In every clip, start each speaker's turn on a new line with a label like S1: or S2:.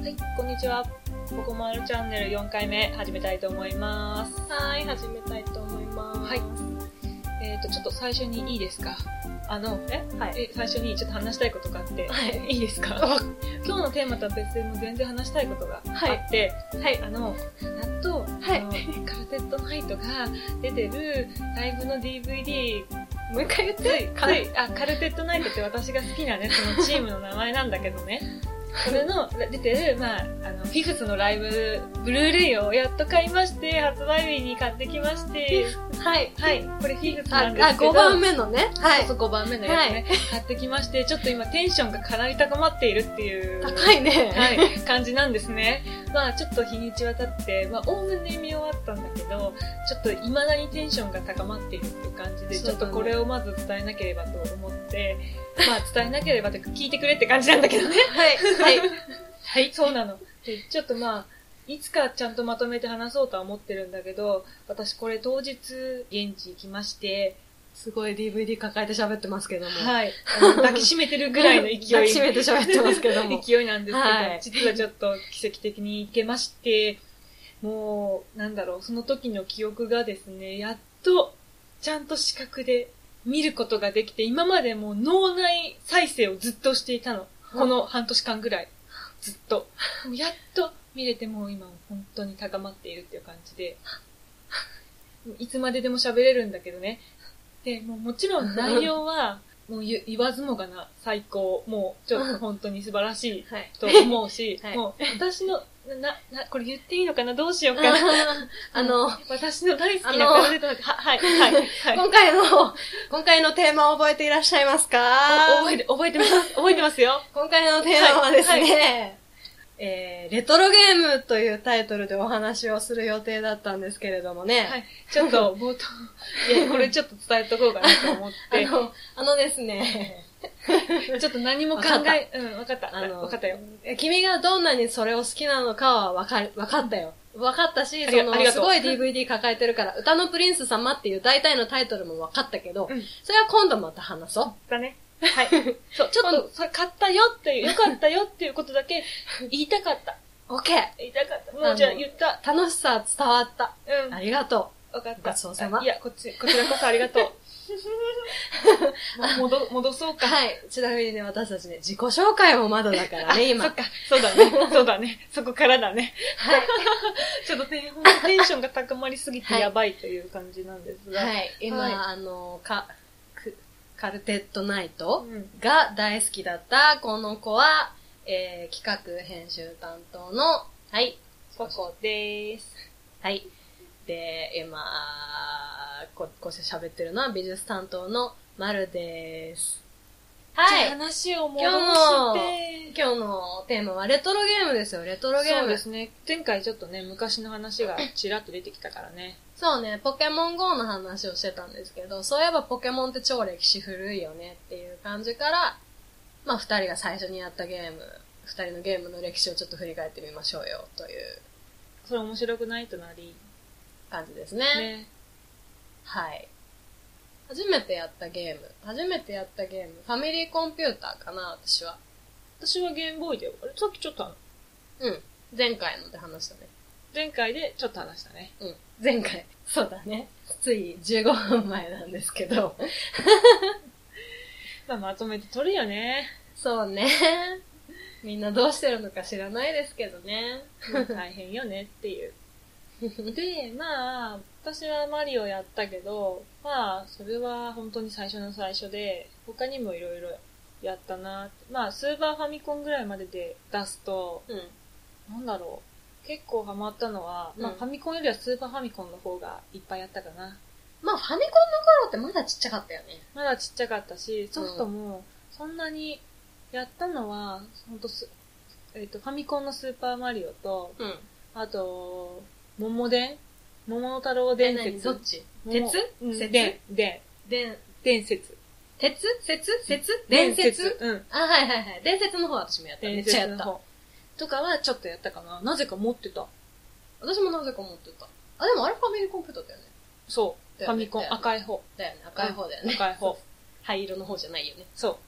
S1: はい、こんにちは。ここまるチャンネル4回目始めたいと思います。
S2: はい、始めたいと思います。
S1: はいえっ、と、ちょっと最初にいいですかあの、え
S2: はい。
S1: え最初にちょっと話したいことがあって、
S2: はい
S1: いいですか
S2: わ
S1: 今日のテーマとは別でもう全然話したいことが
S2: はい
S1: あって、
S2: はい。
S1: あの、なんと、
S2: はい
S1: あのカルテットナイトが出てるライブの DVD、
S2: もう一回言っ
S1: つ
S2: て。
S1: い、つい、あ、カルテットナイトって私が好き なね、そのチームの名前なんだけどね。それの出てる、まあ、あの、フィフスのライブ、ブルーレイをやっと買いまして、発売日に買ってきまして、
S2: はい。
S1: はい、これフィフス
S2: あ、
S1: な
S2: あ
S1: んですけど、
S2: 5番目のね。は
S1: そうそう5番目のやつね、買ってきまして、ちょっと今テンションがかなり高まっているっていう。
S2: 高いね。
S1: はい、感じなんですね。まあちょっと日にちは経って、まあおおむね見終わったんだけど、ちょっと未だにテンションが高まっているっていう感じで、
S2: そう
S1: ち
S2: だ
S1: ょっ
S2: ね
S1: とこれをまず伝えなければと思って、まあ伝えなければというか聞いてくれって感じなんだけどね。
S2: はい。はい。
S1: はい。そうなの。で、ちょっとまあ、いつかちゃんとまとめて話そうとは思ってるんだけど、私これ当日現地行きまして、
S2: すごい DVD 抱えて喋ってますけども。い。
S1: はい。あの抱きしめてるぐらいの勢い。
S2: 抱きしめて喋ってますけど も。
S1: 勢いなんですけど、
S2: はい
S1: 実はちょっと奇跡的に行けまして、もう、なんだろう、その時の記憶がですね、やっと、ちゃんと視覚で見ることができて、今までもう脳内再生をずっとしていたの。
S2: はい
S1: この半年間ぐらい。ずっと。もうやっと見れて、もう今、本当に高まっているっていう感じで。いつまででも喋れるんだけどね。で、もうもちろん内容は、もう言言わずもがな、最高。もう、ちょっと本当に素晴らしい
S2: はい。、
S1: と思うし
S2: はい
S1: もう私の、な、な、これ言っていいのかなどうしようかな。
S2: あの、
S1: 私の大好きな
S2: あの
S1: カルテットナイト は、はい、はい、はい。
S2: 今回の、今回のテーマ覚えていらっしゃいますか
S1: お覚えて、覚えて ます、覚えてますよ。
S2: 今回のテーマはです
S1: は
S2: ね、
S1: い
S2: えー、レトロゲームというタイトルでお話をする予定だったんですけれども ね、
S1: はい。ちょっと、冒頭、い や、これちょっと伝えとこうかなと思っ
S2: あ
S1: て、
S2: の、あのですね、
S1: ちょっと何も考
S2: わか
S1: え、うん、わかった。
S2: あの
S1: わかったよ。
S2: 君がどんなにそれを好きなのかはわかる、わかったよ。わかったし、
S1: あ
S2: そ
S1: りが
S2: の
S1: あり、が
S2: す
S1: とう
S2: ごい DVD 抱えてるから、歌のプリンス様っていう大体のタイトルもわかったけど、
S1: うん
S2: それは今度また話そう。
S1: だね。はい。 そう、ちょっと、それ買ったよっていう、よかったよっていうことだけ言いたかった。
S2: オッケー
S1: 言いたかった。もうじゃあ言った。
S2: 楽しさ伝わった。
S1: うん。
S2: ありがと
S1: わかった。
S2: ごちそうさま
S1: あいや、こっち、こちらこそありがとう。 も戻、戻そう
S2: う。
S1: か。
S2: はい。ちなみにね、私たちね、自己紹介もまだだからね、今。
S1: そっか、そうだね。そうだね。そこからだね。
S2: はい。
S1: ちょっとね、ほんとテンションが高まりすぎて
S2: はい
S1: やばいという感じなんですが。
S2: はい、今、
S1: はい
S2: あの、か、くカルテットナイト
S1: うん
S2: が大好きだったこの子は、えー、企画編集担当の、はい、
S1: ここでーす。
S2: はい。で、今、こ、こうして喋ってるのは美術担当のまるです。は
S1: じゃあ
S2: い。
S1: 話を戻
S2: 今
S1: して。
S2: 日のテーマはレトロゲームですよ、レトロゲーム。
S1: そうですね。前回ちょっとね、昔の話がちらっと出てきたからね。
S2: そうね、ポケモン GO の話をしてたんですけど、そういえばポケモンって超歴史古いよねっていう感じから、まあ二人が最初にやったゲーム、二人のゲームの歴史をちょっと振り返ってみましょうよという
S1: それ面白くないとなり。
S2: 感じですね。
S1: ね。
S2: はい。初めてやったゲーム。初めてやったゲーム。ファミリーコンピューターかな、私は。
S1: 私はゲームボーイだよ。あれさっきちょっとあの、
S2: うん。前回ので話したね。
S1: 前回でちょっと話したね。
S2: うん。前回。 そうだね。つい15分前なんですけど。
S1: まあ、まとめて撮るよ ね。
S2: そうね。みんなどうしてるのか知らないですけどね。
S1: 大変よねっていう。で、まあ、私はマリオやったけど、まあ、それは本当に最初の最初で、他にもいろいろやったなって。まあ、スーパーファミコンぐらいまでで出すと、
S2: うん。
S1: なんだろう。結構ハマったのは、まあ、
S2: うん
S1: ファミコンよりはスーパーファミコンの方がいっぱいやったかな。
S2: まあ、ファミコンの頃ってまだちっちゃかったよね。
S1: まだちっちゃかったし、ソフトも、そんなにやったのは、本当す、えっ、と、ファミコンのスーパーマリオと、
S2: うん。
S1: あと、桃伝桃太郎
S2: 伝
S1: 伝
S2: 説。
S1: 説。
S2: ち
S1: 桃
S2: 鉄
S1: うん
S2: 説
S1: 伝、伝、
S2: 伝、
S1: 伝説。
S2: 鉄説説伝説
S1: うん。
S2: あ、はいはいはい。伝説の方は私もやった。め
S1: 伝
S2: っちゃ
S1: 説
S2: や
S1: の
S2: った。
S1: 方。とかはちょっとやったかな。なぜか持ってた。
S2: 私もなぜか思ってた。あ、でもあれファミリーコンピューターだよね。
S1: そう。フ
S2: だよ
S1: ァ
S2: ね
S1: ミコ
S2: だ
S1: ン、
S2: よね
S1: 赤い方。
S2: だよね。赤い方だよね。
S1: 赤い方。
S2: 灰色の方じゃないよね。
S1: そ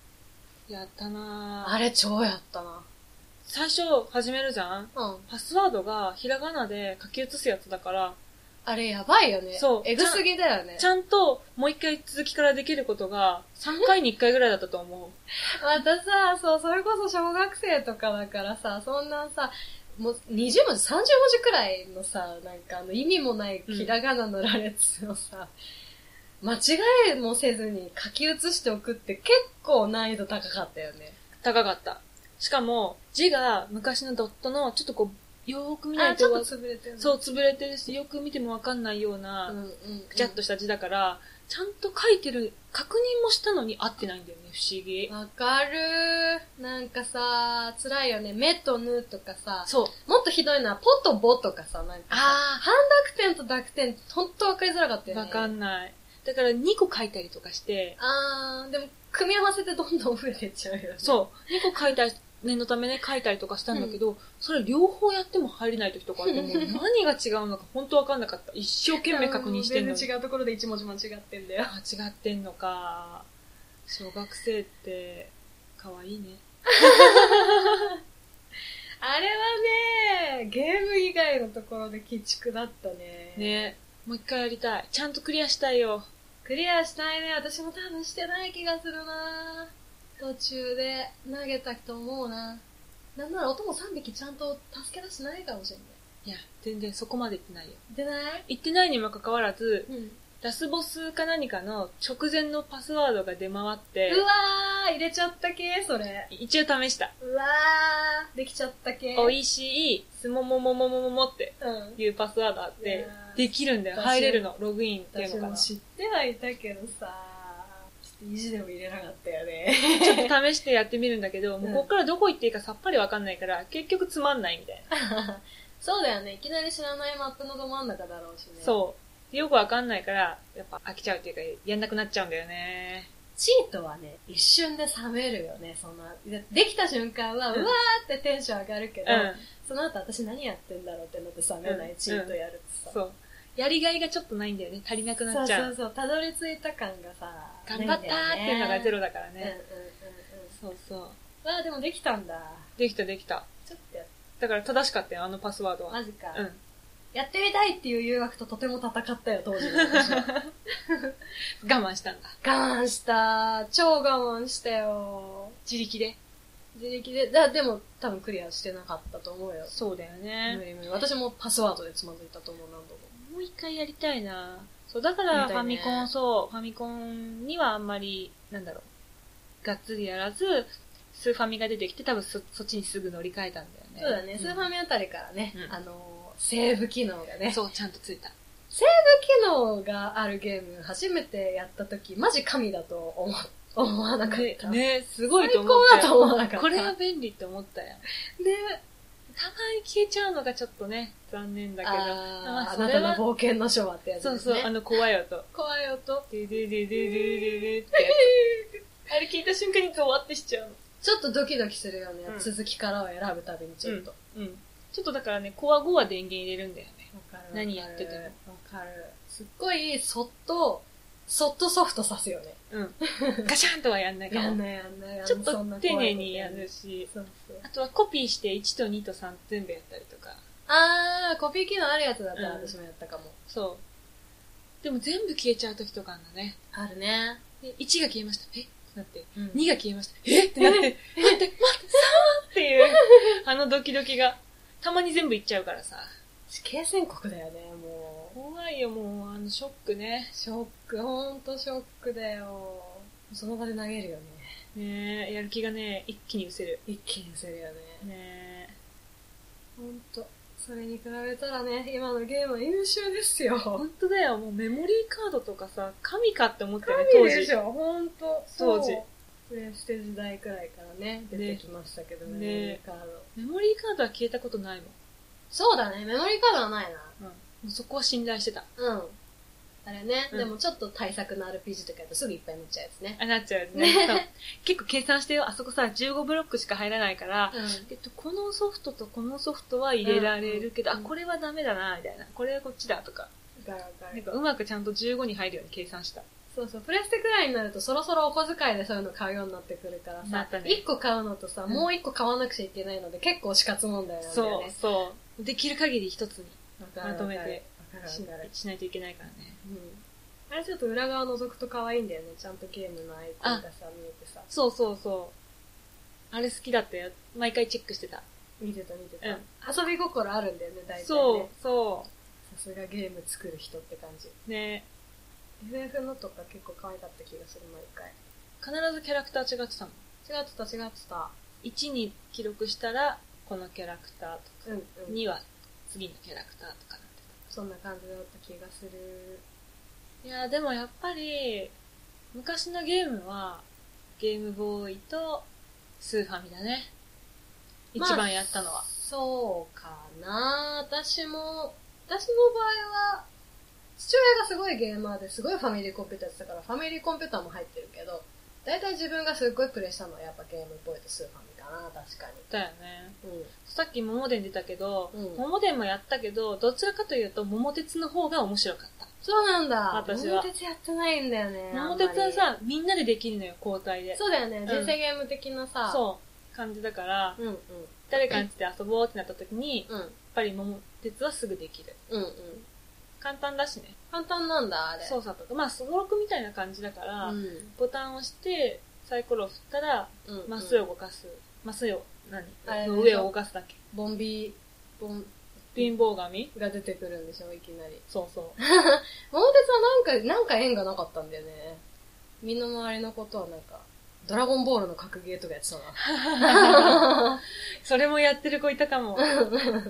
S1: う。やったなぁ
S2: あれ超やったな。
S1: 最初始めるじゃん
S2: うん。
S1: パスワードがひらがなで書き写すやつだから、
S2: あれやばいよね。
S1: そう
S2: えぐすぎだよね
S1: ち。ゃんともう一回続きからできることが3回に1回ぐらいだったと思
S2: またさ、そう、それこそ小学生とかだからさ、そんなさ、もう20文字、30文字くらいのさ、なんかあの意味もないひらがなの羅列をさ、間違えもせずに書き写しておくって結構難易度高かったよね。
S1: う。高かった。しかも字が昔のドットのちょっとこう、よーく見ないとわ
S2: 潰れてる。
S1: そうう潰れてるし、よく見てもわかんないような、
S2: うんうん、うん。
S1: くちゃっとした字だから、ちゃんと書いてる、確認もしたのに合ってないんだよね、不思議。
S2: わかるー。なんかさ、辛いよね。目とぬとかさ、
S1: そう。
S2: もっとひどいのはポとぼとかさ、なんかさ、
S1: あ
S2: 半濁点と濁点、ほんとわかりづらかったよね。
S1: わかんない。だから2個書いたりとかして、
S2: あー、でも、組み合わせてどんどん増えてっちゃうよね。
S1: そう、2個書いた念のためね、書いたりとかしたんだけど、それ両方やっても入れない時とかあっ て、もう何が違うのか本当わかんなかった。一生懸命確認してんのに。
S2: 全然違うところで一文字間違ってんだよ。
S1: あ違ってんのか。小学生って、可愛いね。
S2: あれはね、ゲーム以外のところで鬼畜だったね。
S1: ねもう一回やりたい。ちゃんとクリアしたいよ。
S2: クリアしたいね。私も多分してない気がするな途中で投げたと思うな。なんなら音も3匹ちゃんと助け出してないかもしれない。
S1: いや、全然そこまで行ってないよ。
S2: 出ない
S1: 行ってないにもかかわらず、
S2: うん。
S1: ラスボスか何かの直前のパスワードが出回って、
S2: うわー、入れちゃった系それ。
S1: 一応試した。
S2: うわー、できちゃった系。
S1: 美味しい、すもももももももって
S2: うん。
S1: いうパスワードあっ
S2: い
S1: て
S2: や、ー
S1: できるんだよ。
S2: 私
S1: 入れるの。ログインっていう
S2: 私
S1: のか
S2: も
S1: な。ち
S2: 知ってはいたけどさ、ちょっと意地でも入れなかったよね。
S1: ょっと試してやってみるんだけど、もううんこっからどこ行っていいかさっぱりわかんないから、結局つまんないみたいな。
S2: そうだよね。いきなり知らないマップのど真ん中だろうしね。う。
S1: そう。でよくわかんないから、やっぱ飽きちゃうっていうか、やんなくなっちゃうんだよね。
S2: チートはね、一瞬で冷めるよね、そんな。でできた瞬間は、
S1: う
S2: うんわーってテンション上がるけど、
S1: う
S2: その後私何やってんだろうってなって冷めない、
S1: うん
S2: チートやると
S1: ん。
S2: さ。
S1: そう。やりがいがちょっとないんだよね。足りなくなっちゃ
S2: そう
S1: う。
S2: そうそう、たどり着いた感がさ、
S1: 頑張ったーっていうのがゼロ
S2: だ
S1: だから
S2: ね。うんうんうん
S1: ね。そうそう。
S2: うん。わー、でもできたんだ。
S1: できたできた。
S2: ちょっとやっ
S1: だから正しかったよ、あのパスワードは。
S2: マジか。
S1: うん。
S2: やってみたいっていう誘惑ととても戦ったよ、当時の私は。
S1: 我慢したんだ。
S2: 我慢した。超我慢したよ。
S1: 自力で。
S2: 自力で。だ、でも多分クリアしてなかったと思うよ。
S1: そうだよ
S2: 無
S1: ね。
S2: 理無理。私もパスワードでつまずいたと思う、何度も。
S1: もう一回やりたいなそう、だから
S2: み
S1: フ
S2: た
S1: ァ
S2: いね
S1: ミコン、そう、ファミコンにはあんまり、なんだろう、がっつりやらず、スーファミが出てきて、多分そそっちにすぐ乗り換えたんだよね。
S2: そうだね、
S1: ん
S2: スーファミあたりからね、
S1: うん
S2: あのー、セーブ機能がね。セー
S1: そう、ちゃんとついた。
S2: ブ機能があるゲーム、初めてやった時、マジ神だと思、思わなかった。
S1: ねすごいと思っ
S2: 最
S1: た
S2: 高
S1: よ。
S2: だと思わなかった。
S1: これは便利って思ったよ。
S2: ね、
S1: たまに消えちゃうのがちょっとね、残念だけど。
S2: あ
S1: ま
S2: ー
S1: あ
S2: あ
S1: そ
S2: な
S1: れ
S2: た
S1: は
S2: の冒険の書はってやつです
S1: そう
S2: ね。
S1: そう、あの、怖い音。
S2: 怖い音。
S1: でででででででって。あれ聞いた瞬間にゾワってしちゃう
S2: ちょっとドキドキするよね。
S1: うん
S2: 続きからを選ぶたびにちょっと。
S1: の。うん。ちょっとだからね、コア5は電源入れるんだよね。
S2: わかるわかる
S1: 何やってても
S2: わかる。すっごい、そっと、そっとソフトさすよね。
S1: うん。ガシャンとはやんないか
S2: や
S1: ら
S2: ん。ないやんないやんない。
S1: ちょっ
S2: そ
S1: と
S2: んな怖い
S1: 丁
S2: こと
S1: 寧にやる。し。
S2: そうそう。
S1: あとはコピーして1と2と3全部やったりとか。
S2: あー、コピー機能あるやつだったら
S1: うん
S2: 私もやったかも。
S1: そう。でも全部消えちゃう時とかあるのね。
S2: あるね。
S1: で、1が消えました。えってなって。2
S2: に
S1: が消えました。えってなって。待って、待って、3! って いう、あのドキドキが。たまに全部いっちゃうからさ。
S2: 死刑宣告だよね、もう。
S1: 怖いよ、もう、あの、ショックね。
S2: ショック、ほんとショックだよ。その場で投げるよね。
S1: ねえ、やる気がね、一気に失せる。
S2: 一気にせるよね。
S1: ねえ。
S2: ほんと。それに比べたらね、今のゲームは優秀ですよ。
S1: 本当だよ、もうメモリーカードとかさ、神かって思ったよね、当
S2: 神で
S1: 時
S2: し。ょ、ほんと。
S1: 当時
S2: そう。プレステ時代くらいからね、出てきましたけど
S1: ね
S2: ね、メモリーカード。
S1: メモリーカードは消えたことないもん。
S2: そうだね、メモリーカードはないな。
S1: うん。もうそこは信頼してた。
S2: うん。あれね、
S1: うん
S2: でもちょっと対策の RPG とかやるとすぐいっぱい持っちゃうやつね。
S1: あ、なっちゃうよね。
S2: ね
S1: そう結構計算してよ、あそこさ、15ブロックしか入らないから、えっと、このソフトとこのソフトは入れられるけど、
S2: うん
S1: あ、これはダメだな、みたいな。これはこっちだ、とか。
S2: だからだ
S1: なん
S2: か
S1: かうまくちゃんと15に入るように計算した。
S2: そうそう、プレステくらいになるとそろそろお小遣いでそういうの買うようになってくるから
S1: な
S2: さ
S1: っ、たね
S2: 一、個買うのとさ、
S1: うん
S2: もう一個買わなくちゃいけないので結構死活問題なんだよ
S1: そう
S2: ね。
S1: そう。できる限り一つに
S2: わかる
S1: まとめて
S2: わかる
S1: し
S2: わかる。
S1: しないといけないからね。
S2: うん。あれちょっと裏側覗くと可愛いんだよね。ちゃんとゲームのアイコンがさ、見えてさ。
S1: そうそうそう。あれ好きだったよ。毎回チェックしてた。
S2: 見てた見て
S1: う
S2: た。遊び心あるんだよね、大体ね。
S1: そう、そ
S2: さすがゲーム作る人って感じ。
S1: う。ね
S2: FF のとか結構可愛かった気がする、毎回。
S1: 必ずキャラクター違ってたもん。
S2: 違ってた違ってた。
S1: 1に記録したら、このキャラクターと
S2: うんうん。
S1: か、2は次のキャラクターとかなって
S2: そんな感じだった気がする。
S1: た。いやーでもやっぱり、昔のゲームは、ゲームボーイとスーファミだね。一
S2: まあ
S1: 番やったのは。
S2: そうかな私も、私の場合は、父親がすごいゲーマーですごいファミリーコンピューターやってたから、ファミリーコンピューターも入ってるけど、大体自分がすっごいプレイしたのはやっぱゲームボーイとスーファミかな確か
S1: だよね。
S2: に。うん。
S1: さっき桃伝出たけど、
S2: うん
S1: 桃伝もやったけど、どちらかというと桃鉄の方が面白かった。
S2: そうなんだ
S1: 私は
S2: 桃鉄やってないんだよね。
S1: 桃鉄は
S2: あんま
S1: さ、みんなでできるのよ、交代
S2: り、
S1: で。
S2: そうだよね、
S1: ん
S2: 人生ゲーム的なさ、
S1: そう。感じだから、
S2: うんうん。
S1: 誰かんちで遊ぼうってなった時に、やっ
S2: うん。
S1: ぱり桃鉄はすぐできる。
S2: うんうん。
S1: 簡単だしね。
S2: 簡単なんだ、あれ。
S1: 操作とか。まあ、すごろくみたいな感じだから、
S2: うん。
S1: ボタンを押して、サイコロを振ったら、
S2: うんうん。
S1: マスを動かす。マスを、何
S2: あれでしょ
S1: 上を動かすだけ。
S2: ボンビー、ボン、
S1: 貧乏神
S2: が出てくるんでしょ、いきなり。
S1: そうそう。
S2: 桃鉄はなんか、なんか縁がなかったんだよね。身の回りのことはなんか、ドラゴンボールの格ゲーとかやってたな。
S1: それもやってる子いたかも。
S2: す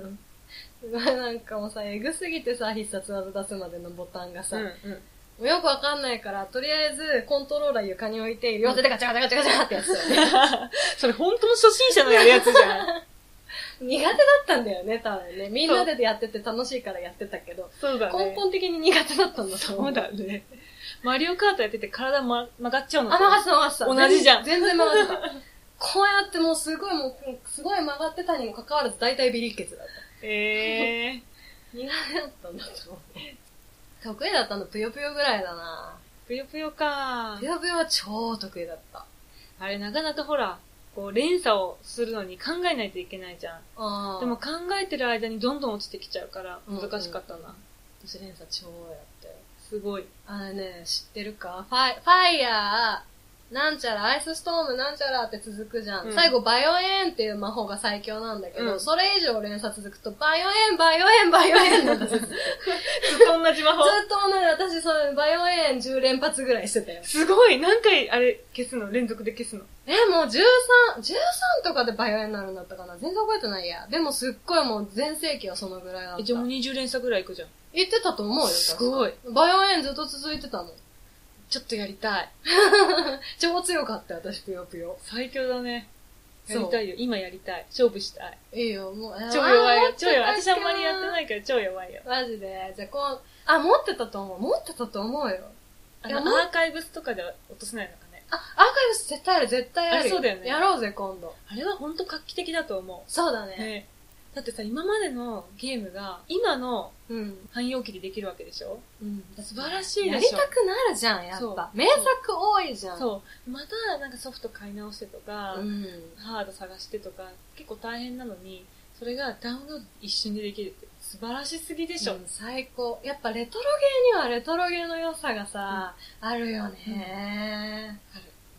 S2: ごいなんかもうさ、えぐすぎてさ、必殺技出すまでのボタンがさ、
S1: うん
S2: も
S1: うん。
S2: うよくわかんないから、とりあえずコントローラー床に置いて、両手でガチャガチャガチャガチャってやつだよ ね。
S1: それ本当の初心者のやるやつじゃん。
S2: 苦手だったんだよね、多分ね。みんなでやってて楽しいからやってたけど、
S1: そうだ
S2: 根
S1: ね。
S2: 本的に苦手だったんだと思。
S1: そううだね。マリオカートやってて体、ま、曲がっちゃうの
S2: あ、曲がってた曲がってた。
S1: 同じじゃん
S2: 全然全然曲がってた。こうやってもうすごいもう、すごい曲がってたにもかかわらず大体ビリッケツだった。
S1: ええ
S2: 苦手だったんだと思う。得意だったのぷよぷよぐらいだな
S1: ー。ぷよぷよか
S2: ぷ。よぷよは超得意だった。
S1: あれなかなかほら、こう連鎖をするのに考えないといけないじゃん。
S2: あー
S1: でも、考えてる間にどんどん落ちてきちゃうから
S2: うんうん
S1: 難しかったな。
S2: 私連鎖超やったよ。
S1: すごい。
S2: あのね、知ってるかファイ、ファイヤー、なんちゃら、アイスストームなんちゃらって続くじゃん。
S1: うん
S2: 最後、バイオエーンっていう魔法が最強なんだけど、
S1: うん
S2: それ以上連鎖続くと、バイオエーン、バイオエーン、バイオエーンなんですよ
S1: ずっと同じ魔法
S2: ず。っとね、私、その、バイオエーン10連発ぐらいしてたよ。
S1: すごい何回あれ消すの連続で消すの
S2: え、もう13、13とかでバイオエーンになるんだったかな全然覚えてないや。でもすっごいもう全盛期はそのぐらいだった。
S1: 一応もう
S2: 言
S1: 20連鎖ぐらいいくじゃん。
S2: ってたと思うよ、
S1: すごい。
S2: 確かバイオエーンずっと続いてたの。
S1: ちょっとやりたい。
S2: 超強かったよ、私、ぷよぷよ。
S1: 最強だね。や
S2: そう
S1: りたいよ。今やりたい。勝負したい。
S2: いいよ、もう、
S1: 超弱いよ。超弱い。私
S2: 私。
S1: あんまりやってないいから超弱いよ。
S2: マジで。じゃあ、こう、あ、持ってたと思う。持ってたと思うよ。
S1: あ
S2: いや
S1: の、
S2: もう
S1: アーカイブスとかでは落とせないのかね。
S2: あ、アーカイブス絶対ある、絶対あ
S1: あ
S2: る。
S1: そうだよね
S2: やろうぜ、今度。
S1: あれは本当画期的だと思
S2: そうだね。
S1: う。ね。だってさ、今までのゲームが、今の
S2: うん。
S1: 汎用機でできるわけでしょ
S2: うん。
S1: 素晴らしい
S2: や
S1: で
S2: り
S1: しょ
S2: たくなるじゃん、やっぱ。
S1: そ
S2: 名作多いじゃん。う。
S1: そう。また、なんかソフト買い直してとか、
S2: ん。
S1: ハード探してとか、結構大変なのに、それがダウンロード一瞬でできるって素晴らしすぎでしょ。
S2: うん最高。やっぱレトロゲーにはレトロゲーの良さがさ、あるよね。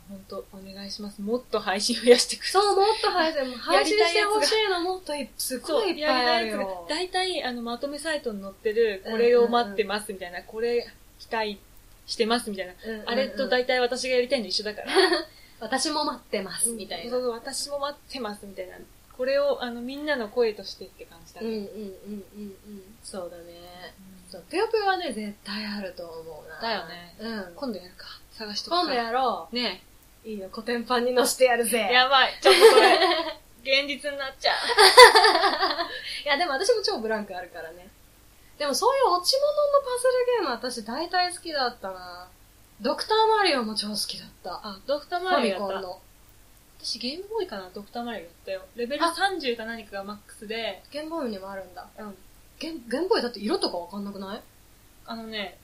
S1: 本当お願いします。もっと配信増やしてください。
S2: そう、もっと 配信、配信してほしいのもっといっす
S1: そ
S2: ご
S1: う、
S2: いいっぱいあ
S1: やりたい
S2: る
S1: や
S2: よ
S1: つが。大体、あの、まとめサイトに載ってる、これを待ってますみたいな、これ期待してますみたいな。
S2: うんうんうん
S1: あれと大体私がやりたいの一緒だ から。
S2: 私も待ってます、みたいな。
S1: そうそう、私も待ってますみたいな。これを、あの、みんなの声としてって感じだ
S2: うん
S1: ね。
S2: うんうんうんうん。そうだね。そう、ぷよぷよはね、絶対あると思うな。
S1: だよね
S2: うん。
S1: 今度やるか。探しとくか
S2: 今度やろ
S1: ね
S2: う。いいよ、コテンパンに乗せてやるぜ。
S1: え。やばい。ちょっとこれ、現実になっちゃう。
S2: いや、でも私も超ブランクあるからね。でもそういう落ち物のパズルゲームは私大体好きだったなドクターマリオも超好きだった。
S1: あ、ドクター
S2: フ
S1: マ
S2: ァ
S1: リ
S2: ミ
S1: オや
S2: コン
S1: った。
S2: の。
S1: 私ゲームボーイかな、ドクターマリオやったよ。レベル30か何かがマックスで、
S2: ゲームボーイにもあるんだ。
S1: うん。
S2: ゲームゲームボーイだって色とかわかんなくない
S1: あのね、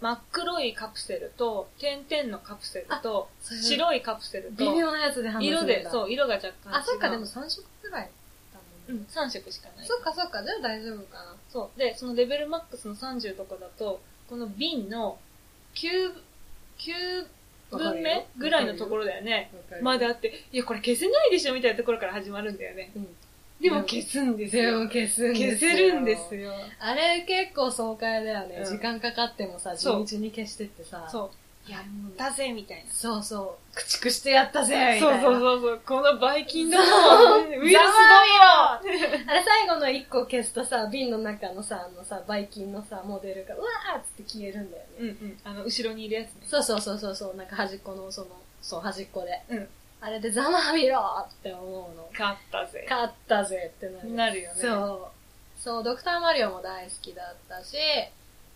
S1: 真っ黒いカプセルと、点々のカプセルと、
S2: それ
S1: 白いカプセルと
S2: 微、妙なやつで話する
S1: 色
S2: んだ
S1: で、そう、色が若干違う。
S2: あ、そっか、でも3色くらいだ
S1: う
S2: もんね
S1: ん、3色しかない。
S2: そっかそっか、じゃあ大丈夫かな。
S1: そう。で、そのレベルマックスの30とかだと、この瓶の9、9分目ぐらいのとこ
S2: ろ
S1: ろだよね。まであって、いや、これ消せないでしょみたいなところから始まるんだよね。
S2: うん
S1: でも消すんです
S2: でも
S1: よ。
S2: 消すんですよ
S1: 消せるんですよ。
S2: あれ結構爽快だよね。
S1: うん
S2: 時間かかってもさ、地
S1: そう
S2: 道に消してってさ。。
S1: そう
S2: や
S1: う。だぜ、みたいな。
S2: そうそう。駆逐してやったぜみ
S1: そ
S2: た
S1: う
S2: いな。
S1: そうそうそう。このバイキンだ
S2: そ
S1: もん。ウイルスだもん。
S2: あれ最後の1個消すとさ、瓶の中のさ、あのさ、バイキンのさ、モデルが、うわーっつって消えるんだよね。
S1: うんうん。あの、後ろにいるやつね。
S2: そうそうそうそうそう、なんか端っこの、その、そう、端っこで。
S1: うん。
S2: あれでざまあみろーって思うの。
S1: 勝ったぜ。
S2: 勝ったぜってなる。
S1: なるよね。
S2: そう。そう、ドクターマリオも大好きだったし、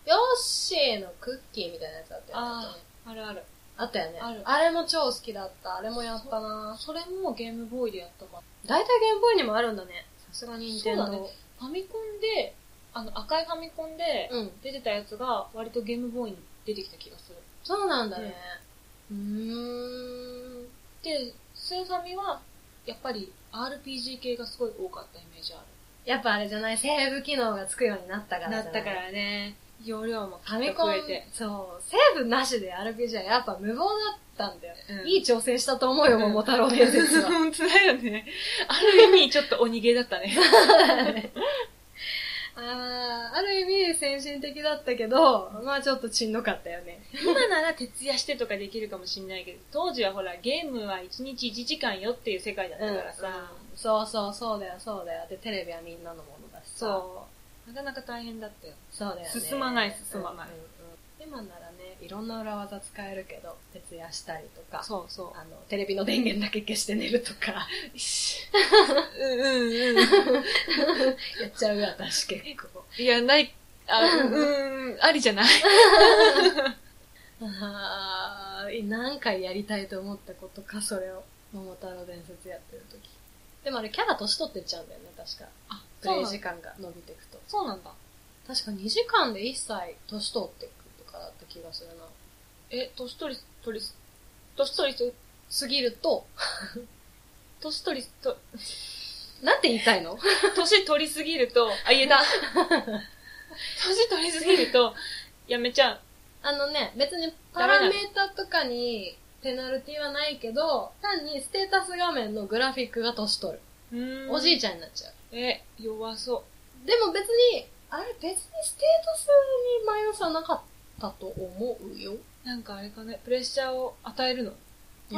S2: ヨッシーのクッキーみたいなやつあったよね。
S1: ああ、あるある。
S2: あったよね。
S1: ある
S2: あれも超好きだった。あれもやったな
S1: それもゲームボーイでやったか
S2: 大体ゲームボーイにもあるんだね。さすがに任天堂。
S1: そうだねファミコンで、あの、赤いファミコンで
S2: うん。
S1: 出てたやつが、割とゲームボーイに出てきた気がする。
S2: そうなんだね。うーん。
S1: で、スーファミは、やっぱり RPG 系がすごい多かったイメージある。
S2: やっぱあれじゃない、セーブ機能がつくようになったからじゃ
S1: ないったか。らね、容量も
S2: フ
S1: か
S2: ァ
S1: っ
S2: ミ
S1: と
S2: コ
S1: 増
S2: ン
S1: えて。、
S2: そう、セーブなしで RPG はやっぱ無謀だったんだよ。
S1: うん
S2: いい挑戦したと思うよ、桃太郎伝説 は。
S1: 本当だよね。 ある意味、ちょっと鬼ゲーだったね。
S2: あーある意味先進的だったけど、まあちょっとちんどかったよね。
S1: 今なら徹夜してとかできるかもしんないけど、当時はほら、ゲームは1日1時間よっていう世界だったからさ、
S2: うんそうそう、そうだよ、そうだよ。で、テレビはみんなのものだしさ。
S1: そう。なかなか大変だったよ。
S2: そうだよね。
S1: 進まない進まない
S2: うんうん今ならね、いろんな裏技使えるけど、徹夜したりとか、
S1: そうそ
S2: あの、テレビの電源だけ消して寝るとか、
S1: う。うんうんうん。
S2: やっちゃうよ、私結構。
S1: いや、ない、あ、うん、ありじゃない
S2: あー何回やりたいと思ったことか、それを。桃太郎伝説やってる時。でもあれ、キャラ年取ってっちゃうんだよね、確か。
S1: あ、
S2: プレイ時間が伸びていくと。
S1: そうなんだ。
S2: 確か2時間で1歳年取っていくとかだった気がするな。
S1: え、年取り、取り、年取りす、
S2: 過ぎると、
S1: 年取りす、と、
S2: なんて言いたいの
S1: 年取りすぎると、あ、 言えた。年取りすぎると、やめちゃう。
S2: あのね、別にパラメータとかにペナルティはないけど、単にステータス画面のグラフィックが年取る。おじい
S1: ち
S2: ちゃんになっちゃう。
S1: ゃん。え、弱そ
S2: でも別に、あれ別にステータスにマイナスはなかったと思うよ。
S1: う。なんかあれかね、プレッシャーを与えるの。ほ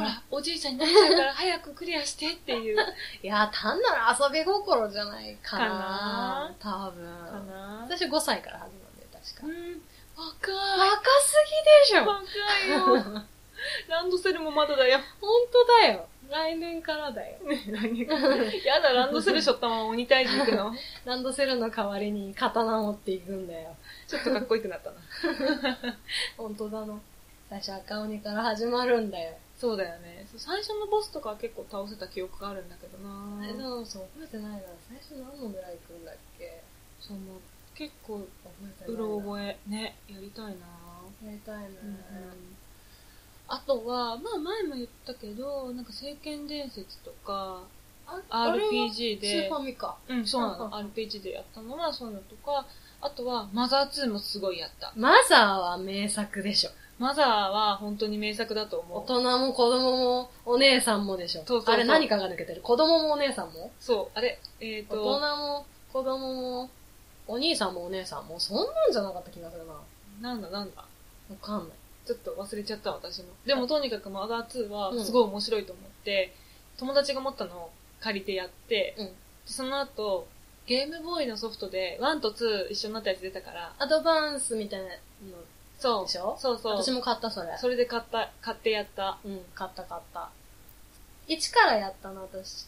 S2: う
S1: ら、おじいちゃんになっちゃうから 早くクリアしてっていう。
S2: いや、単なる遊び心じゃないかな。
S1: かな
S2: 多
S1: か
S2: 分。
S1: な
S2: 私5歳から始まるんで、確か
S1: う。ん、若い。
S2: 若すぎでしょ
S1: 若いよ。 ランドセルもまだ だよ。
S2: 本当だよ。来年からだよ。
S1: やだ、ランドセルしょったまま鬼退治行く の。
S2: ランドセルの代わりに刀持っていくんだよ。
S1: ちょっとかっこよくなったな。
S2: 本当だな。最初赤鬼から始まるんだよ。
S1: そうだよね。そう最初のボスとかは結構倒せた記憶があるんだけど
S2: あれ
S1: な
S2: そう、覚えてないな。最初何の村行くんだっけ
S1: その結構、
S2: 覚えて
S1: う
S2: ないな。
S1: ろ覚え、ね、やりたいな
S2: やりたいな。
S1: あとは、まあ前も言ったけど、なんか聖剣伝説とか、
S2: あれは
S1: RPG で
S2: スーファミか。
S1: うん、そうな
S2: うん
S1: の。
S2: う
S1: RPG でやったのはそういうのとか、あとはマザー2もすごいやった。
S2: マザーは名作でしょ。
S1: マザーは本当に名作だと
S2: 大
S1: 思う。
S2: 人も子供もお姉さんもでしょ。
S1: そうそうそう
S2: あれ何かが抜けてる。子供もお姉さんも
S1: そう、あれ、えっ、と、
S2: 大人も子供もお兄さんもお姉さんもそんなんじゃなかった気がするな。わ
S1: なんだなんだ。
S2: かんない。
S1: ちょっと忘れちゃった私も。でもとにかくマザー2は
S2: うん
S1: すごい面白いと思って、友達が持ったのを借りてやって、
S2: うん
S1: でその後、ゲームボーイのソフトで1と2一緒になったやつ出たから、
S2: アドバンスみたいな
S1: そう。
S2: のでしょ
S1: そうそう。
S2: 私も買ったそれ。
S1: それで買った、買ってやった。
S2: うん、買った買った。1からやったの私。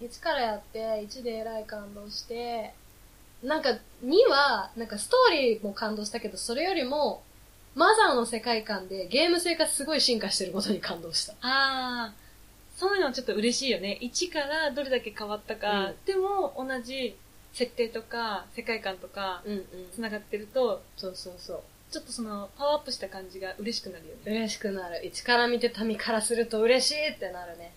S2: 1からやって、1でえらい感動して、なんか2は、なんかストーリーも感動したけど、それよりも、マザーの世界観でゲーム性がすごい進化してることに感動した。
S1: あー。そういうのちょっと嬉しいよね。1からどれだけ変わったか、
S2: うん
S1: でも同じ設定とか世界観とか
S2: うんうん。
S1: 繋がってると
S2: そうそうそう。
S1: ちょっとその、パワーアップした感じが嬉しくなるよね。
S2: 嬉しくなる。一から見てた身からすると嬉しいってなるね。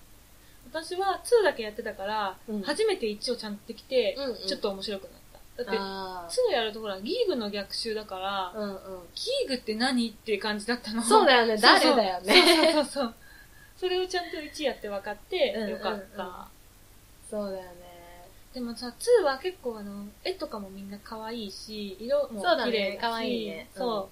S1: 私は2だけやってたから、
S2: うん
S1: 初めて1をちゃんとできて、
S2: うんうん
S1: ちょっと面白くなった。だって、
S2: あ
S1: 2やるとほら、ギーグの逆襲だから、
S2: あ。うんうん。
S1: ギーグって何っていう感じだったの。
S2: そうだよね。
S1: そう
S2: 誰
S1: そう
S2: だよね。
S1: そうそうそう。それをちゃんと1やって分かって
S2: うんうん、うん
S1: よかった。
S2: そうだよね。
S1: でもさ、2は結構あの、絵とかもみんな可愛いし、色も
S2: そうだね
S1: 綺麗だし、
S2: 可愛いねうん
S1: そ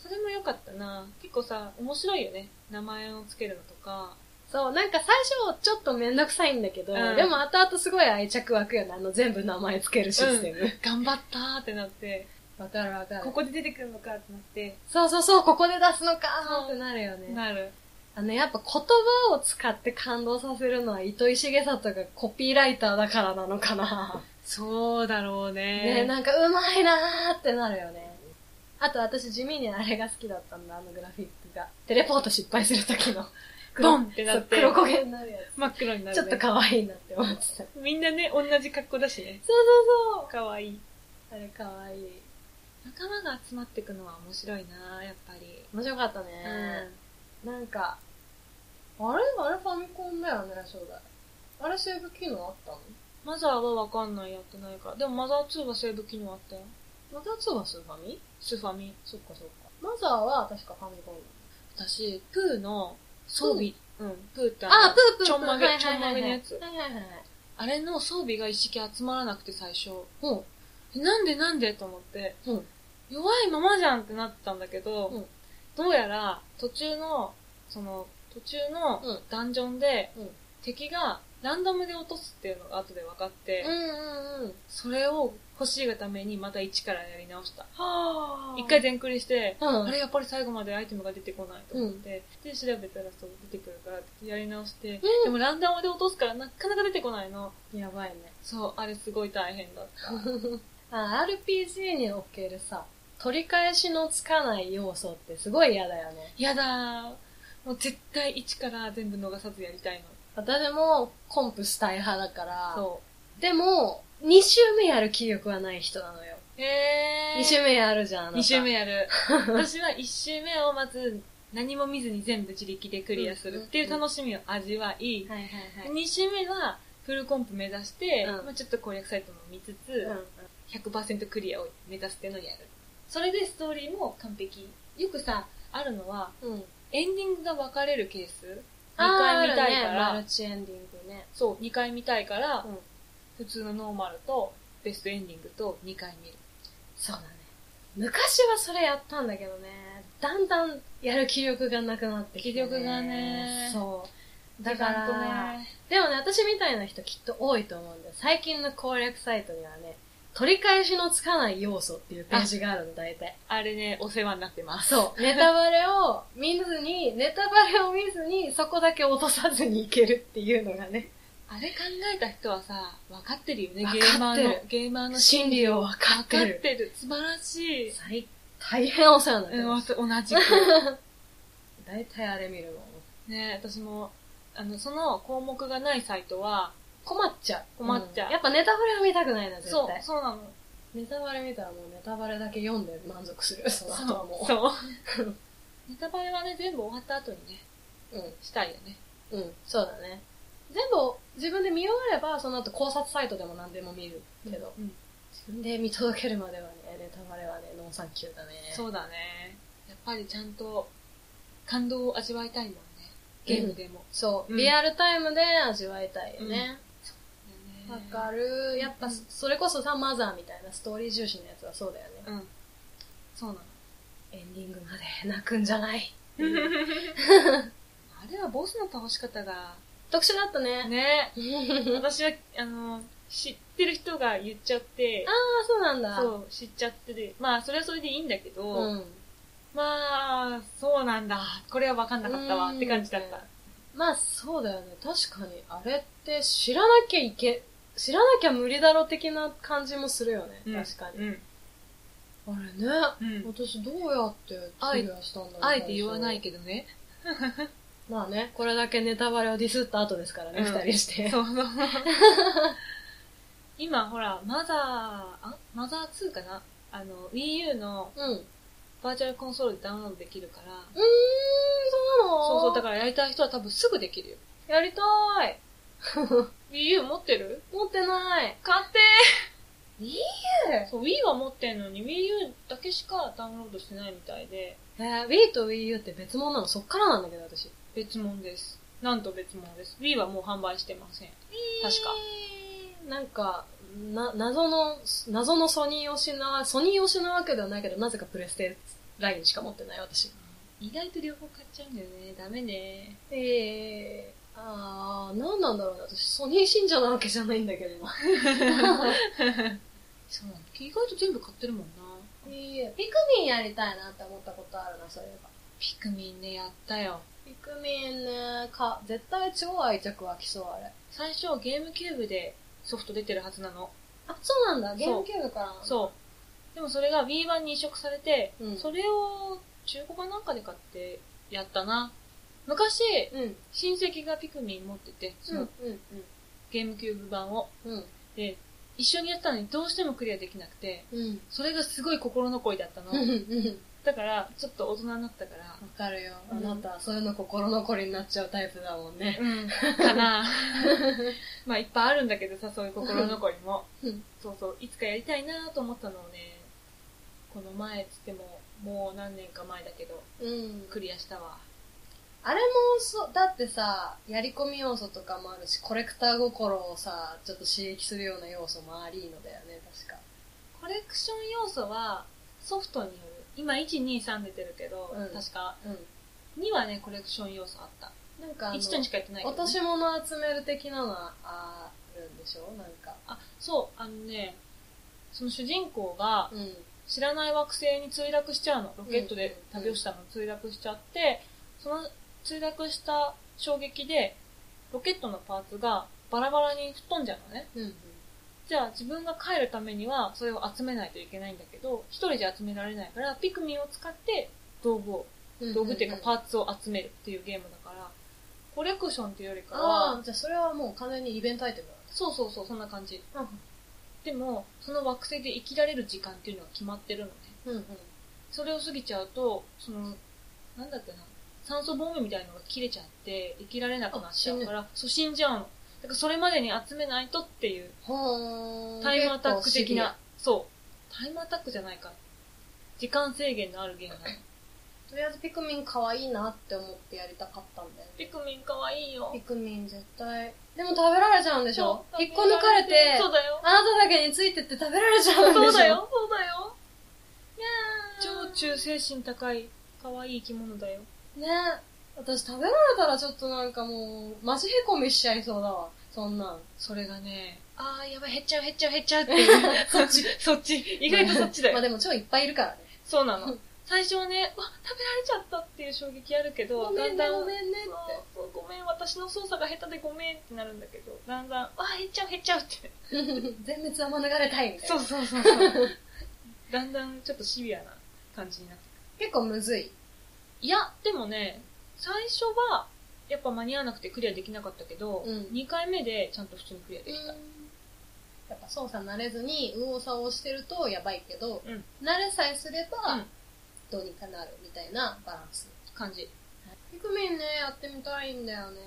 S1: う。それも良かったな。結構さ、面白いよね。名前をつけるのとか。
S2: そう、なんか最初ちょっとめんどくさいんだけど、
S1: うん
S2: でも後々すごい愛着湧くよね。あの全部名前つけるシステム。
S1: 頑張ったーってなって、
S2: わ、かるわかる
S1: こ。こで出てくるのかってなって、
S2: そうそうそう、ここで出すのかーっ
S1: そう
S2: てなるよね。
S1: なる。
S2: あの、やっぱ言葉を使って感動させるのは糸井重里がコピーライターだからなのかな。
S1: そうだろう
S2: ね
S1: ね。
S2: なんかうまいなーってなるよね。あと私地味にあれが好きだったんだ、あのグラフィックが。テレポート失敗するときの。
S1: ボンってなって
S2: そう黒焦げになるや
S1: 真っ黒にな
S2: つ。
S1: る、
S2: ちょ
S1: ね。
S2: っと可愛いなって思ってた。そう
S1: みんなね、同じ格好だしね。
S2: そうそう。
S1: 可愛い
S2: あれ可愛い。
S1: 仲間が集まってくのは面白いなやっぱり。
S2: 面白かったね。なんか、あれあれファミコンだよね、初代。あれセーブ機能あったの
S1: マザーはわかんない、やってないから。でもマザー2はセーブ機能あったよ。
S2: またツーはスーファミ
S1: スーファミ。
S2: そっかそっか。マザーは確かファミコンだ。
S1: 私、プーの装備、うん、プーって
S2: あ、
S1: あの
S2: プープー
S1: ちょんまげ
S2: はいはいはいはい
S1: ちょんまげのやつ
S2: はいはいはいはい。
S1: あれの装備が一式集まらなくて最初。
S2: うん。
S1: えなんでなんでと思って、
S2: うん
S1: 弱いままじゃんってなってたんだけど、
S2: うん
S1: どうやら途中の、その、途中の
S2: うん
S1: ダンジョンで、
S2: うん
S1: 敵がランダムで落とすっていうのが後で分かって、
S2: うんうんうん。
S1: それを欲しいがためにまた一からやり直した。
S2: は
S1: 一回、全クリして、
S2: うん。
S1: あれやっぱり最後までアイテムが出てこないと思って、で調べたらそう出てくるからってやり直して、
S2: うん
S1: でもランダムで落とすからなかなか出てこないの。
S2: やばいね。
S1: そう、あれすごい大変だった。
S2: あ、RPG におけるさ、取り返しのつかない要素ってすごい嫌だよね。
S1: やだー。もう絶対一から全部逃さずやりたいの。
S2: 私もコンプスタイ派だから、
S1: そ
S2: でも、2周目やる気力はない人なのよ。
S1: う。へ
S2: 2周目やるじゃん、あなた
S1: 二周目やる。私は一周目をまず何も見ずに全部自力でクリアするっていう楽しみを味わい、
S2: はいはいはい。
S1: 二周目はフルコンプ目指して、
S2: うん
S1: まあちょっと攻略サイトも見つつ、
S2: うん
S1: 100%クリアを目指すっていうのをやる。それでストーリーも完璧。よくさ、あるのは、
S2: うん。
S1: エンディングが分かれるケース。2
S2: あー
S1: 回見たいか
S2: あるねマ
S1: ら
S2: ル、チエンディングね。
S1: そう、2回見たいから、
S2: うん
S1: 普通のノーマルとベストエンディングと2回見る。
S2: そうだね。昔はそれやったんだけどね、だんだんやる気力がなくなってきて、
S1: 気力がね
S2: そう。だから、
S1: ね、
S2: でもね、私みたいな人きっと多いと思うんだよ。最近の攻略サイトにはね、取り返しのつかない要素っていうページがあるの、大体。
S1: あれね、お世話になってます。
S2: そう。ネタバレを見ずに、ネタバレを見ずに、そこだけ落とさずにいけるっていうのがね、
S1: あれ考えた人はさ、分かってるよね、
S2: 分
S1: ゲ
S2: か
S1: ーマ
S2: って
S1: ー
S2: る
S1: の。ゲーマーの
S2: 心理を分かっ
S1: 分
S2: て
S1: か
S2: る
S1: っ。てる。素晴らしい。
S2: 最大変お世話になって
S1: うん、
S2: ま
S1: わた
S2: す。
S1: 同じ く。
S2: 大体あれ見るの。
S1: ね、私も、あの、その項目がないサイトは、
S2: 困っちゃう。
S1: 困っちゃうん
S2: やっぱネタバレは見たくないな、絶
S1: そう
S2: 対、。
S1: そうなの。
S2: ネタバレ見たらもうネタバレだけ読んで満足する。その後はもう。
S1: そう。 ネタバレはね、全部終わった後にね、
S2: うん。
S1: したいよね。
S2: うん、そうだね。全部自分で見終われば、その後考察サイトでも何でも見るけど、
S1: うん
S2: 自分で見届けるまではね、ネタバレはね、ノンサンキューだね。
S1: そうだね。やっぱりちゃんと感動を味わいたいもんね。ゲームでも。
S2: そう、
S1: うん
S2: リアルタイムで味わいたいよね。わ、か
S1: る。
S2: る。やっ
S1: う
S2: ぱ、
S1: ん
S2: それこそさ、マザーみたいなストーリー重視のやつはそうだよね。
S1: うん。そうなの。
S2: エンディングまで泣くんじゃない。
S1: あれはボスの倒し方が、
S2: 特殊だったね。、
S1: ね
S2: あ
S1: 私は、あの、知ってる人が言っちゃって、
S2: あ、そうなんだ。
S1: そう、知っちゃってで、まあ、それはそれでいいんだけど、
S2: うん。
S1: まあ、そうなんだ、これは分かんなかったわ
S2: うん
S1: って感じだった。
S2: まあそうだよね。確かに、あれって知らなきゃいけ、知らなきゃ無理だろ的な感じもするよね。
S1: うん
S2: 確かに。
S1: うん。
S2: あれ
S1: う
S2: ね。
S1: ん。
S2: 私どうやってクリアしたんだろう
S1: あえて言わない
S2: け
S1: けどね。
S2: ど。まあね、これだけネタバレをディスった後ですからね、
S1: うん
S2: 二、人して。
S1: そうそう。今ほら、マザー、あマザー2かなあの、Wii U の
S2: うん。
S1: フバーチャルコンソールでダウンロードできるから、
S2: うーん、そうなの
S1: そうそう、だ
S2: か
S1: からやりたい人は多分すぐできるよ。
S2: ら。やりたい。
S1: Wii U 持ってる
S2: 持ってない。
S1: 買って
S2: えー、
S1: そう、Wii は持ってんのに Wii U だけしかダウンロードしてないみたいで、
S2: えー、Wii と Wii U って別物なのそっからなんだけど、私。
S1: 別物です。なんと別物です。Wii はもう販売してません。確か。
S2: なんか、な、謎の、謎のソニー推しな、ソニー推しなわけではないけど、なぜかプレステラインしか持ってない、私。
S1: 意外と両方買っちゃうんだよね。ダメね。
S2: えー、あー、なんなんだろうね。私、ソニー信者なわけじゃないんだけど。
S1: そうなの意外と全部買ってるもんな。
S2: いいえピクミンやりたいなって思ったことあるな、そういえば。
S1: ピクミンね、やったよ。
S2: ピクミンね、か、絶対超愛着湧きそう、あれ。
S1: 最初ゲームキューブでソフト出てるはずなの。
S2: あ、そうなんだ。
S1: う
S2: ゲームキューブからなんだ
S1: そう。でもそれが Wii 版に移植されて、
S2: うん
S1: それを中古かなんかで買ってやったな。昔、
S2: うん。うん。
S1: 親戚がピクミン持ってて、その
S2: うん。
S1: ゲームキューブ版を。
S2: うん。
S1: で、一緒にやったのにどうしてもクリアできなくて、
S2: うん。
S1: それがすごい心残りだったの。
S2: うん。
S1: だから、ちょっと大人になったから、
S2: わかるよ。あ
S1: うん
S2: なた、そういうの心残りになっちゃうタイプだもんね。
S1: うん、かな まあいっぱいあるんだけどさ、そういう心残りも。
S2: うん
S1: そうそう、いつかやりたいなと思ったのをね、この前っつっても、もう何年か前だけど、
S2: うん
S1: クリアしたわ。
S2: あれもそう、だってさ、やり込み要素とかもあるし、コレクター心をさ、ちょっと刺激するような要素もありのだよね、確か。
S1: コレクション要素は、ソフトによる。今、1、2、3出てるけど、
S2: うん
S1: 確か、
S2: う
S1: 2はね、コレクション要素あった。
S2: ん。なんかあの、
S1: 1と2しかやってないけ
S2: 落
S1: ど、
S2: と
S1: ね。
S2: し物集める的なのはあるんでしょなんか。
S1: あ、そう、あのね、その主人公が
S2: うん。
S1: 知らない惑星に墜落しちゃうの。ロケットで
S2: うん
S1: 旅をしたの墜落しちゃって、その墜落した衝撃で、ロケットのパーツがバラバラに吹っ飛んじゃうのね。
S2: うん。
S1: じゃあ自分が帰るためにはそれを集めないといけないんだけど、一人じゃ集められないから、ピクミンを使って道具を、道具っていうかパ
S2: ー
S1: ーツを集めるっていうゲームだから、コレクションっていうよりか
S2: あ
S1: は
S2: あ、、じゃあそれはもう完全にイベントアイテム
S1: そうそうそう、そんな感じ。
S2: なんだ。
S1: でも、その惑星で生きられる時間っていうのは決まってるのね。
S2: うん。うん。
S1: それを過ぎちゃうと、その、なんだっけな、酸素ボンベみたいなのが切れちゃって、生きられなくなっちゃうから、そう死んじゃうの。だからそれまでに集めないとっていう、
S2: ほーん。
S1: タイムアタック的な、そう。タイムアタックじゃないか。時間制限のあるゲームなの。
S2: とりあえずピクミン可愛いなって思ってやりたかったんだよね。
S1: ピクミンかわいいよ
S2: ピ。クミン絶対。でも食べられちゃうんでしょ
S1: そう
S2: 引っこ抜かれて、
S1: そうだよ。
S2: あなただけについてって食べられちゃうんでしょ
S1: そうだ。よ、そうだよ。超
S2: い
S1: 中精神高い、かわいい生き物だよ。
S2: やーね私食べられたらちょっとなんかもう、マジへこみしちゃいそうだわ。そんなん。
S1: それがね、あーやばい、減っちゃう、減っちゃう、減っちゃうっていう。 そっち、そっち。意外とそっちだ
S2: まあ
S1: よ。
S2: でも超いっぱいいるからね。
S1: そうなの。最初はね、うわ、食べられちゃったっていう衝撃あるけど、
S2: ごめんね、
S1: だんだん、
S2: ごめんね
S1: そう
S2: っ
S1: そうごめん、私の操作が下手でごめんってなるんだけど、だんだん、わあ、減っちゃう、減っちゃうって。
S2: て。全滅は免れたいみたいな。
S1: うそうそうそう。 だんだんちょっとシビアな感じになってく
S2: 結構むずい。
S1: るいや、でもね、最初は、やっぱ間に合わなくてクリアできなかったけど、
S2: うん
S1: 2回目でちゃんと普通にクリアできた。
S2: やっぱ操作慣れずに右往左往してるとやばいけど、
S1: うん
S2: 慣れさえすれ
S1: う
S2: ば
S1: ん
S2: どうにかなるみたいなバランス。
S1: 感じ。
S2: ピクミンね、やってみたいんだよね。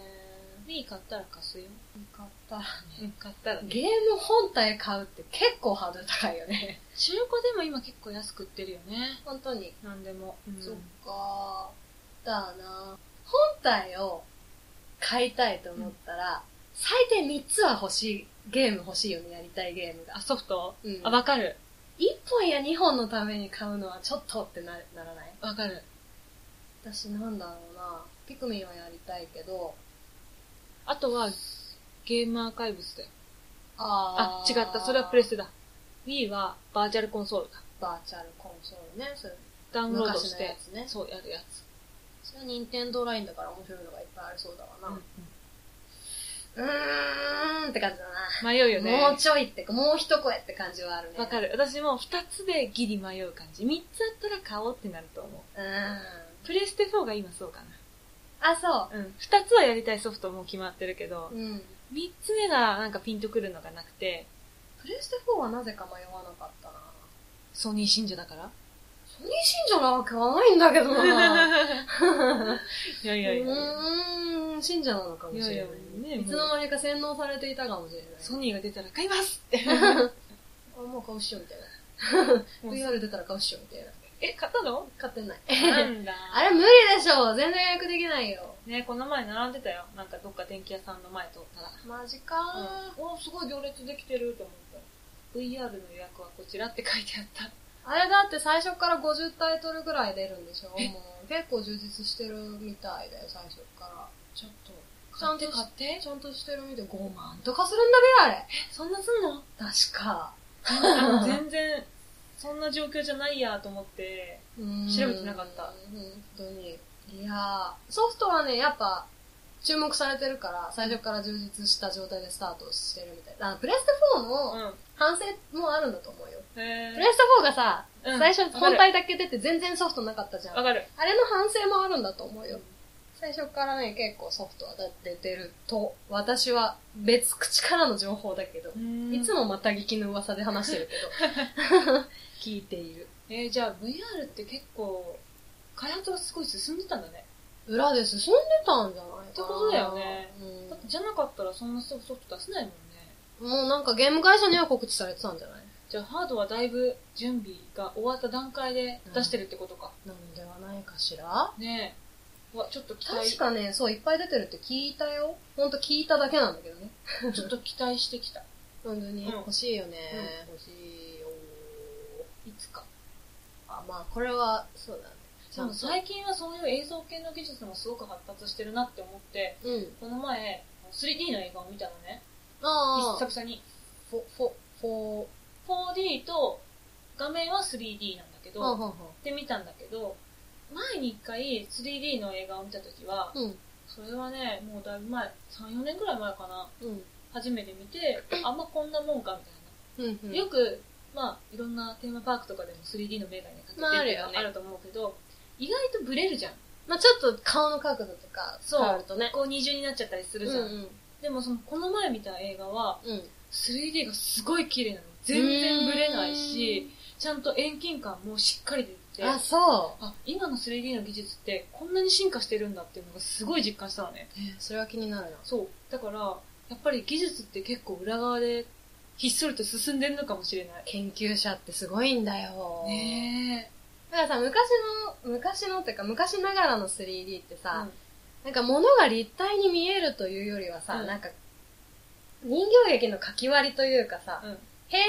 S1: いい買ったら貸すよ。
S2: よかった。
S1: うん、買ったらね。
S2: ゲーム本体買うって結構ハードル高いよね。
S1: 中古でも今結構安く売ってるよね。
S2: 本当に。
S1: なんでも。うん
S2: そっかだな本体を買いたいと思ったら、最低3つは欲しい、ゲーム欲しいよね、やりたいゲームが
S1: あ、。ソフト、
S2: うん
S1: あ、わかる。
S2: 一本や二本のために買うのはちょっとってなならない
S1: わかる。
S2: 私なんだろうなピクミンはやりたいけど、
S1: あとは、ゲームアーカイブスだよ。あ
S2: あ、
S1: 違った。それはプレステだ。Wii はバーチャルコンソールだ。
S2: バーチャルコンソールね。それ
S1: ダウンロードし
S2: 昔のや
S1: て、
S2: つね。
S1: そう、やるやつ。
S2: それはニンテンドーラインだから面白いのがいっぱいありそうだわな。
S1: うん
S2: うーんって感じだ
S1: 迷うよ
S2: な。もう
S1: ね。
S2: ちょいってか、もう一声って感じはあるね。
S1: わか
S2: る。
S1: る。私も2つでギリ迷う感じ。3つあったら買おうってなると思
S2: うーん。
S1: う。プレステ4が今そうか
S2: あ、そ
S1: な。うん。2つはやりたいソフトもう決まってるけど
S2: う。、うん。
S1: 3つ目がなんかピンとくるのがなくて、
S2: プレステ4はなぜか迷わなかったな。
S1: ソニー信者だから
S2: ソニー信者なわけはないんだけど な。
S1: いやいうやいや。
S2: ーん、信者なのかもしれない。
S1: いやいやね
S2: いつの間にか洗脳されていたかもしれない。
S1: ソニーが出たら買いますって。
S2: あ、もう顔しようみたいな。
S1: もう
S2: VR 出たら買うっしょ、みたいな。
S1: え、買ったの
S2: 買ってない。
S1: なんだ。
S2: あれ無理でしょ全然予約できないよ。
S1: ねこの前並んでたよ。なんかどっか電気屋さんの前通ったら。
S2: マジかー。
S1: うん、おすごい行列できてると思った。VR の予約はこちらって書いてあった。
S2: あれだって最初から50タイトルぐらい出るんでしょもう結構充実してるみたいだよ、最初から。
S1: ちょっと、
S2: ちゃんと
S1: 買って買って。
S2: ちゃんとしてるみたい。5万とかするんだべ、あれ。
S1: そんなすんの
S2: 確か。
S1: あの全然、そんな状況じゃないやと思って。
S2: 調
S1: べてなかった
S2: 本当に。いやー、ソフトはね、やっぱ、注目されてるから、最初から充実した状態でスタートしてるみたいな。あプレステ4
S1: う
S2: の
S1: ん。
S2: 反省もあるんだと思うよ。
S1: え
S2: プレステ4がさ、
S1: ーうん
S2: 最初
S1: わか
S2: 本
S1: る
S2: 体だけ出て全然ソフトなかったじゃん。
S1: わ
S2: あ
S1: かる。
S2: れの反省もあるんだと思うよ。最初からね、結構ソフトは出てると、私は別口からの情報だけど、いつ
S1: も。
S2: もまた聞きの噂で話してるけ ど、聞いている。
S1: えーじゃあ VR って結構、開発がすごい進んでたんだね。
S2: 裏で進んでたんじゃないかな
S1: ってことだよね、だって
S2: う
S1: じゃなかったらそんなすぐソフト出せないもんね。
S2: ん、もうなんかゲーム会社には告知されてたんじゃない
S1: じゃあハードはだいぶ準備が終わった段階で出してるってことか。
S2: なのではないかしら
S1: ねえ。うわ、ちょっと期待
S2: 確、かね、そう、いっぱい出てるって聞いたよ。ほんと聞いただけなんだけどね。
S1: ちょっと期待してきた。
S2: 本当に
S1: うん
S2: 欲しいよね、
S1: うん
S2: 欲しいよ
S1: いつか。
S2: あ、まあこれは、そうだね。
S1: でも最近はそういう映像系の技術もすごく発達してるなって思って、
S2: うん。
S1: この前、3D の映画を見たのね。
S2: ああ、
S1: 久々に。
S2: フォ、フォ、フォ、
S1: 4D と、画面は 3D なんだけど、
S2: はんはんは
S1: ってみたんだけど、前に一回 3D の映画を見たときは、
S2: んうん、
S1: それはね、もうだいぶ前、3、4年くらい前かな、
S2: うん、
S1: 初めて見 て、あんまこんなもんかみたい
S2: うん、うん。
S1: な。よく、まあ、いろんなテーマパークとかでも 3D のメガネかけてる
S2: まああるよ
S1: と
S2: ね
S1: かあると思うけど、意外とブレるじゃん。
S2: まあちょっと顔の角度とか
S1: そう
S2: 変わるとね。
S1: こう二重になっちゃったりす
S2: う
S1: る
S2: ん、
S1: じ
S2: う
S1: ゃん。
S2: ん、
S1: でもその、この前見た映画は、
S2: うん。
S1: 3D がすごい綺麗なの。全然ブレないし、ちゃんと遠近感もしっかり出て
S2: う
S1: て
S2: ーん、あ、そう。
S1: あ、今の 3D の技術ってこんなに進化してるんだっていうのがすごい実感したのね。
S2: えそれは気になるな。
S1: そう。だから、やっぱり技術って結構裏側でひっそりと進んでるのかもしれない。
S2: 研究者ってすごいんだよ。
S1: ね
S2: だからさ、昔の、昔のっていうか、昔ながらの 3D って
S1: え。
S2: さ、なんか物が立体に見えるというよりはさ、
S1: うん
S2: なんか、人形劇の書き割りというかさ、
S1: うん。
S2: 平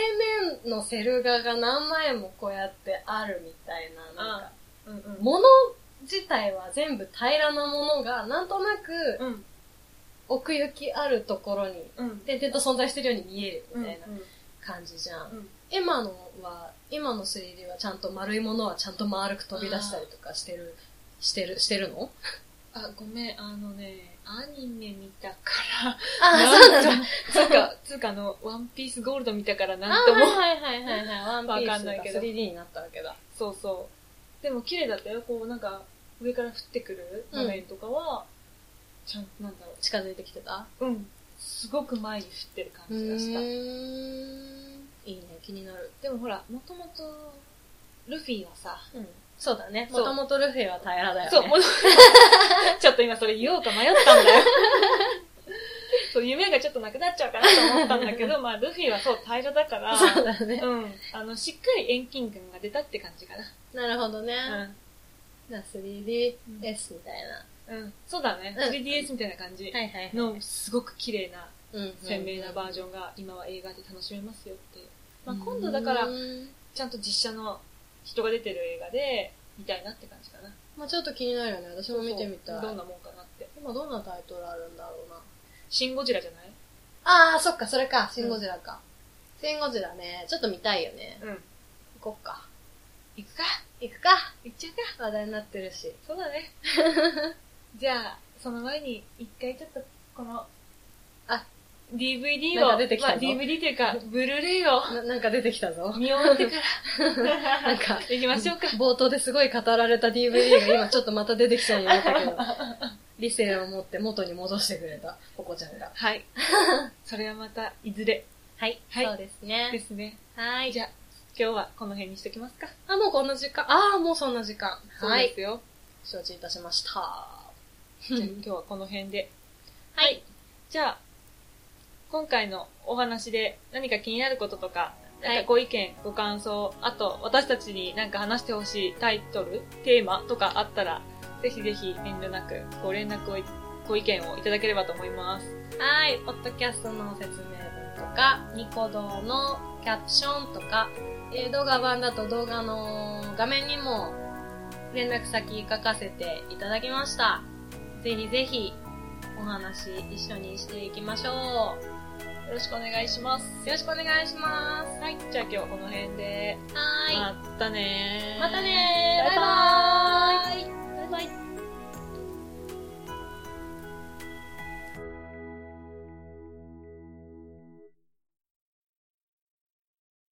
S2: 面のセル画が何枚もこうやってあるみたいな、なんか、
S1: うん。うん。うん。
S2: 物自体は全部平らなものが、なんとなく
S1: うん。
S2: 奥行きあるところに、
S1: うん。
S2: 点々と存在してるように見える
S1: うん。
S2: みたいな感じじゃん
S1: うん。
S2: 今のは、今の 3D はちゃんと丸いものはちゃんと丸く飛び出したりとかしてる、してる、してるの
S1: あ、ごめん、あのね、アニメ見たから、
S2: あ
S1: なんか、つうか、つうかあの、ワンピースゴールド見たから
S2: あ
S1: なんとも、
S2: はいはいはいはいはい。ワンピー
S1: わか
S2: ス
S1: んないけど
S2: が 3D になったわけだ。
S1: そうそう。でも綺麗だったよ。こう、なんか、上から降ってくる
S2: うん
S1: 画面とかは、ちゃんと、なんだろ
S2: 近づいてきてた
S1: う。うん。すごく前に降ってる
S2: う
S1: 感じがした。
S2: ーん。いいね、気になる。
S1: でもほら、もともと、ルフィはさ、
S2: うん。そうだね。
S1: そ
S2: も
S1: う
S2: ともとルフィは平らだよね。
S1: そう、もとちょっと今それ言おう か迷ったんだよ。 そう、夢がちょっとなくなっちゃうかなと思ったんだけ ど、まあ、ルフィはそう、平らだから、
S2: そうだね。
S1: うん。あの、しっかり遠近感が出たって感じか
S2: なるほどね。
S1: な。
S2: じゃあ 3DS みたいな。
S1: うん。うん。そうだね。
S2: うん
S1: 3DS みたいな感じ
S2: はいはい。
S1: の、すごく綺麗な、
S2: うん
S1: 鮮明なバージョンが、今は映画で楽しめますよっていう。まあ、今度だから
S2: う、ーん
S1: ちゃんと実写の人が出てる映画で、みたいなって感じかな。
S2: まあちょっと気になるよね。私も見てみたい。
S1: どんなもんかなって。
S2: 今どんなタイトルあるんだろうな。
S1: シン・ゴジラじゃない
S2: ああ、そっか、それか。シンゴジラか。シンゴジラね、ちょっと見たいよね。
S1: うん。
S2: 行こっか。
S1: 行くか
S2: 行くか。
S1: 行っちゃうか
S2: 話題になってるし。
S1: そうだね。 じゃあ、その前に、一回ちょっと、この、
S2: あ、
S1: DVD
S2: なん
S1: を、
S2: か出てきた
S1: ま
S2: の
S1: あ、DVD というか、ブルーレイを
S2: な、なんか出てきたぞ。
S1: 見終わってから、
S2: なんか、
S1: 行きましょうか。
S2: 冒頭ですごい語られた DVD が今ちょっとまた出てきそうになったけど、理性を持って元に戻してくれた、ココちゃんが。
S1: はい。それはまた、いずれ
S2: はい。
S1: はい
S2: そうです
S1: で
S2: ね。
S1: すね。
S2: はい。
S1: じゃあ、今今日はこの辺にしときますか。
S2: あ、もうこんな時間。ああ、もうそんな時間。
S1: そう
S2: は
S1: で
S2: い。
S1: すよ。
S2: 承知いたしました。は
S1: じゃあ今日はこの辺で。
S2: い。
S1: じゃあ、今回のお話で何か気になることとか、
S2: はい
S1: なんかご意見、ご感想、あと私たちになんか話してほしいタイトル、テーマとかあったら、ぜひぜひ遠慮なくご連絡をい、ご意見をいただければと思います。
S2: はい。ポッドキャストの説明文とか、ニコ動のキャプションとか、えー動画版だと動画の画面にも連絡先書かせていただきました。ぜひぜひお話一緒にしていきましょう。
S1: よろしくお願いします。
S2: よろしくお願いします。
S1: はい、じゃあ今日はこの辺で、
S2: はい。
S1: またねー
S2: またねーバイバーイ